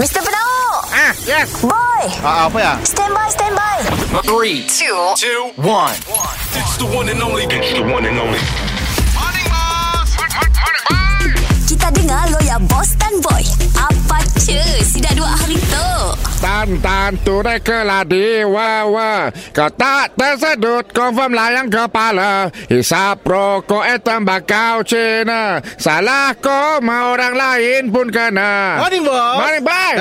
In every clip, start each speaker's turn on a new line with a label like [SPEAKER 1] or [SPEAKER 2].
[SPEAKER 1] Mr. Penau
[SPEAKER 2] Ah, yes.
[SPEAKER 1] Boy
[SPEAKER 2] Ah, apa ya?
[SPEAKER 1] Stand by, stand by
[SPEAKER 3] Three,
[SPEAKER 1] Two
[SPEAKER 3] two, one.
[SPEAKER 4] It's the one and only. It's the one and only.
[SPEAKER 1] Kita dengar lo ya Boss dan Boy Apa cuy Si dah dua hari tu
[SPEAKER 2] Tan tan turai ke ladi wawa Kau tak tersedut confirm layang kepala Hisap rokok eh tembakau Cina Salah kau mau orang lain pun kena
[SPEAKER 5] Morning, boss.
[SPEAKER 2] Morning bye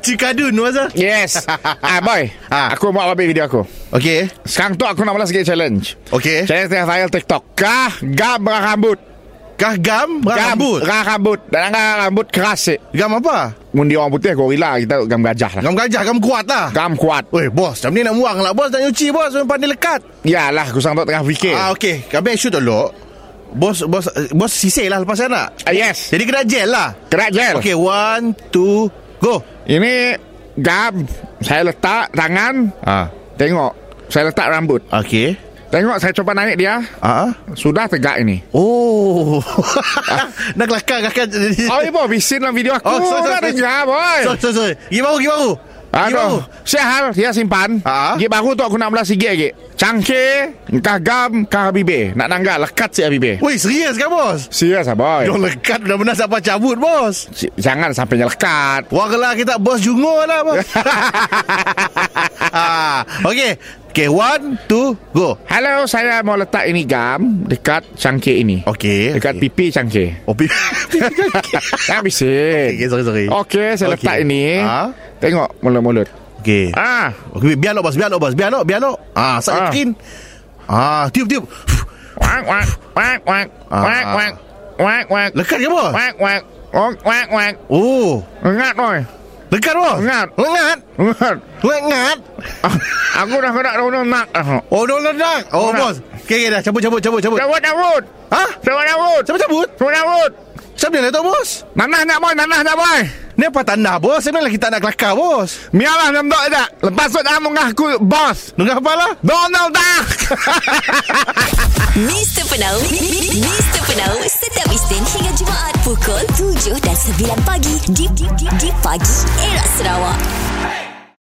[SPEAKER 5] Cikadun masa.
[SPEAKER 2] Yes Ah boy
[SPEAKER 5] Ah.
[SPEAKER 2] Aku mau ambil video aku
[SPEAKER 5] Okey.
[SPEAKER 2] Sekarang tu aku nak balas sikit challenge
[SPEAKER 5] Okey.
[SPEAKER 2] Challenge tengah viral TikTok Kah gam rambut
[SPEAKER 5] Kah gam rambut.
[SPEAKER 2] Gam rambut Dan rambut keras eh.
[SPEAKER 5] Gam apa?
[SPEAKER 2] Mundi orang putih gorila Kita gam gajah lah
[SPEAKER 5] Gam gajah, gam kuat lah.
[SPEAKER 2] Gam kuat
[SPEAKER 5] Weh, bos, macam ni nak muang lah. Bos nak nyuci, bos. Memang pandai lekat.
[SPEAKER 2] Yalah aku sang tu tengah fikir
[SPEAKER 5] Ah, okey. Kami shoot dulu. Bos, bos, bos sisih lah lepas sana.
[SPEAKER 2] Ah, yes.
[SPEAKER 5] Jadi kena gel lah.
[SPEAKER 2] Kerak gel
[SPEAKER 5] Okey, one, two, go.
[SPEAKER 2] Ini gam Saya letak tangan
[SPEAKER 5] Ah,
[SPEAKER 2] Tengok Saya letak rambut
[SPEAKER 5] okey.
[SPEAKER 2] Tengok saya cuba naik dia
[SPEAKER 5] Ah, ah.
[SPEAKER 2] Sudah tegak ini
[SPEAKER 5] Oh. nak kelakar kakak.
[SPEAKER 2] Oh ibu Bisin dalam video aku
[SPEAKER 5] Oh, sorry,
[SPEAKER 2] Dah
[SPEAKER 5] sorry, sorry.
[SPEAKER 2] dengar boy
[SPEAKER 5] Sorry, sorry, sorry. Pergi baru, pergi baru. Pergi baru.
[SPEAKER 2] Aduh Sehal Dia simpan
[SPEAKER 5] Ah.
[SPEAKER 2] Dia baru tu aku nak belas sikit lagi Cangkir Entah gam Kah Habibie Nak nanggal Lekat si Habibie
[SPEAKER 5] Weh, serius kan, bos?
[SPEAKER 2] Serius lah boy
[SPEAKER 5] Dia lekat benar-benar siapa cabut, bos.
[SPEAKER 2] Si- Jangan sampai lekat
[SPEAKER 5] Wagalah kita bos jungo lah bos. ah, okay. Okay, one, two, go.
[SPEAKER 2] Hello saya mau letak ini gam Dekat cangkir ini
[SPEAKER 5] Okay.
[SPEAKER 2] Dekat
[SPEAKER 5] okay.
[SPEAKER 2] pipi cangkir
[SPEAKER 5] Oh, pipi.
[SPEAKER 2] Jangan bising
[SPEAKER 5] okay, sorry, sorry.
[SPEAKER 2] Okey, saya
[SPEAKER 5] Okey.
[SPEAKER 2] letak ini.
[SPEAKER 5] Ah.
[SPEAKER 2] Tengok mulut-mulut.
[SPEAKER 5] Okay. Ah.
[SPEAKER 2] Ah,
[SPEAKER 5] okay. Biar lo bos, biar lo bos, biar lo, biar lo. Ah,
[SPEAKER 2] Ah.
[SPEAKER 5] saya yakin. Ah, tiup, tiup.
[SPEAKER 2] wak wak wak wak
[SPEAKER 5] Ah.
[SPEAKER 2] wak wak wak wak
[SPEAKER 5] Lekat ke bos?
[SPEAKER 2] wak wak wak wak wak
[SPEAKER 5] Oh,
[SPEAKER 2] Ingat oi.
[SPEAKER 5] lekat bos.
[SPEAKER 2] Lengat.
[SPEAKER 5] Lengat.
[SPEAKER 2] Ingat.
[SPEAKER 5] Lengat.
[SPEAKER 2] Ah, Aku dah kena dah nak.
[SPEAKER 5] Oh, dah ledak. Oh,
[SPEAKER 2] Lengat.
[SPEAKER 5] bos. Okay, okay, dah cabut, cabut, cabut, cabut.
[SPEAKER 2] Cabut cabut.
[SPEAKER 5] Hah?
[SPEAKER 2] Cabut cabut.
[SPEAKER 5] Ha? Siapa cabut?
[SPEAKER 2] Cabut cabut.
[SPEAKER 5] Siapa ni lah tu bos?
[SPEAKER 2] Nanah nak boy, nanah nak boy.
[SPEAKER 5] Ni apa tanah bos? Sebenarnya kita nak kelakar bos.
[SPEAKER 2] Mialah nembak tak. Lepas tu dah mengaku bos.
[SPEAKER 5] Dengar apa lah?
[SPEAKER 2] Donald Duck.
[SPEAKER 1] Mr. Penau Mr. Penau Setiap Isnin hingga Jumaat Pukul 7 dan 9 pagi Di, di, di, di pagi Era Sarawak